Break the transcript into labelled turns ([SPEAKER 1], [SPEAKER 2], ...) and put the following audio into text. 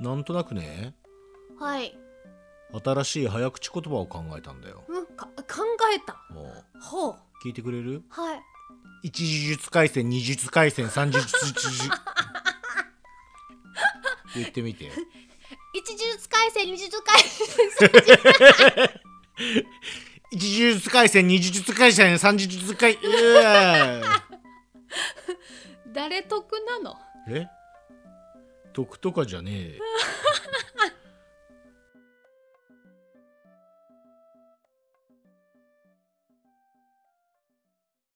[SPEAKER 1] なんとなくね
[SPEAKER 2] はい、
[SPEAKER 1] 新しい早口言葉を考えたんだよ
[SPEAKER 2] うん、か考えた
[SPEAKER 1] もう
[SPEAKER 2] ほう
[SPEAKER 1] 聞いてくれる
[SPEAKER 2] はい
[SPEAKER 1] 一呪術回戦二術回戦三術 術言ってみて
[SPEAKER 2] 一術回戦二術回戦
[SPEAKER 1] 一呪術回戦二呪術回戦三呪術回うー
[SPEAKER 2] 誰得なの
[SPEAKER 1] え得とかじゃねえよ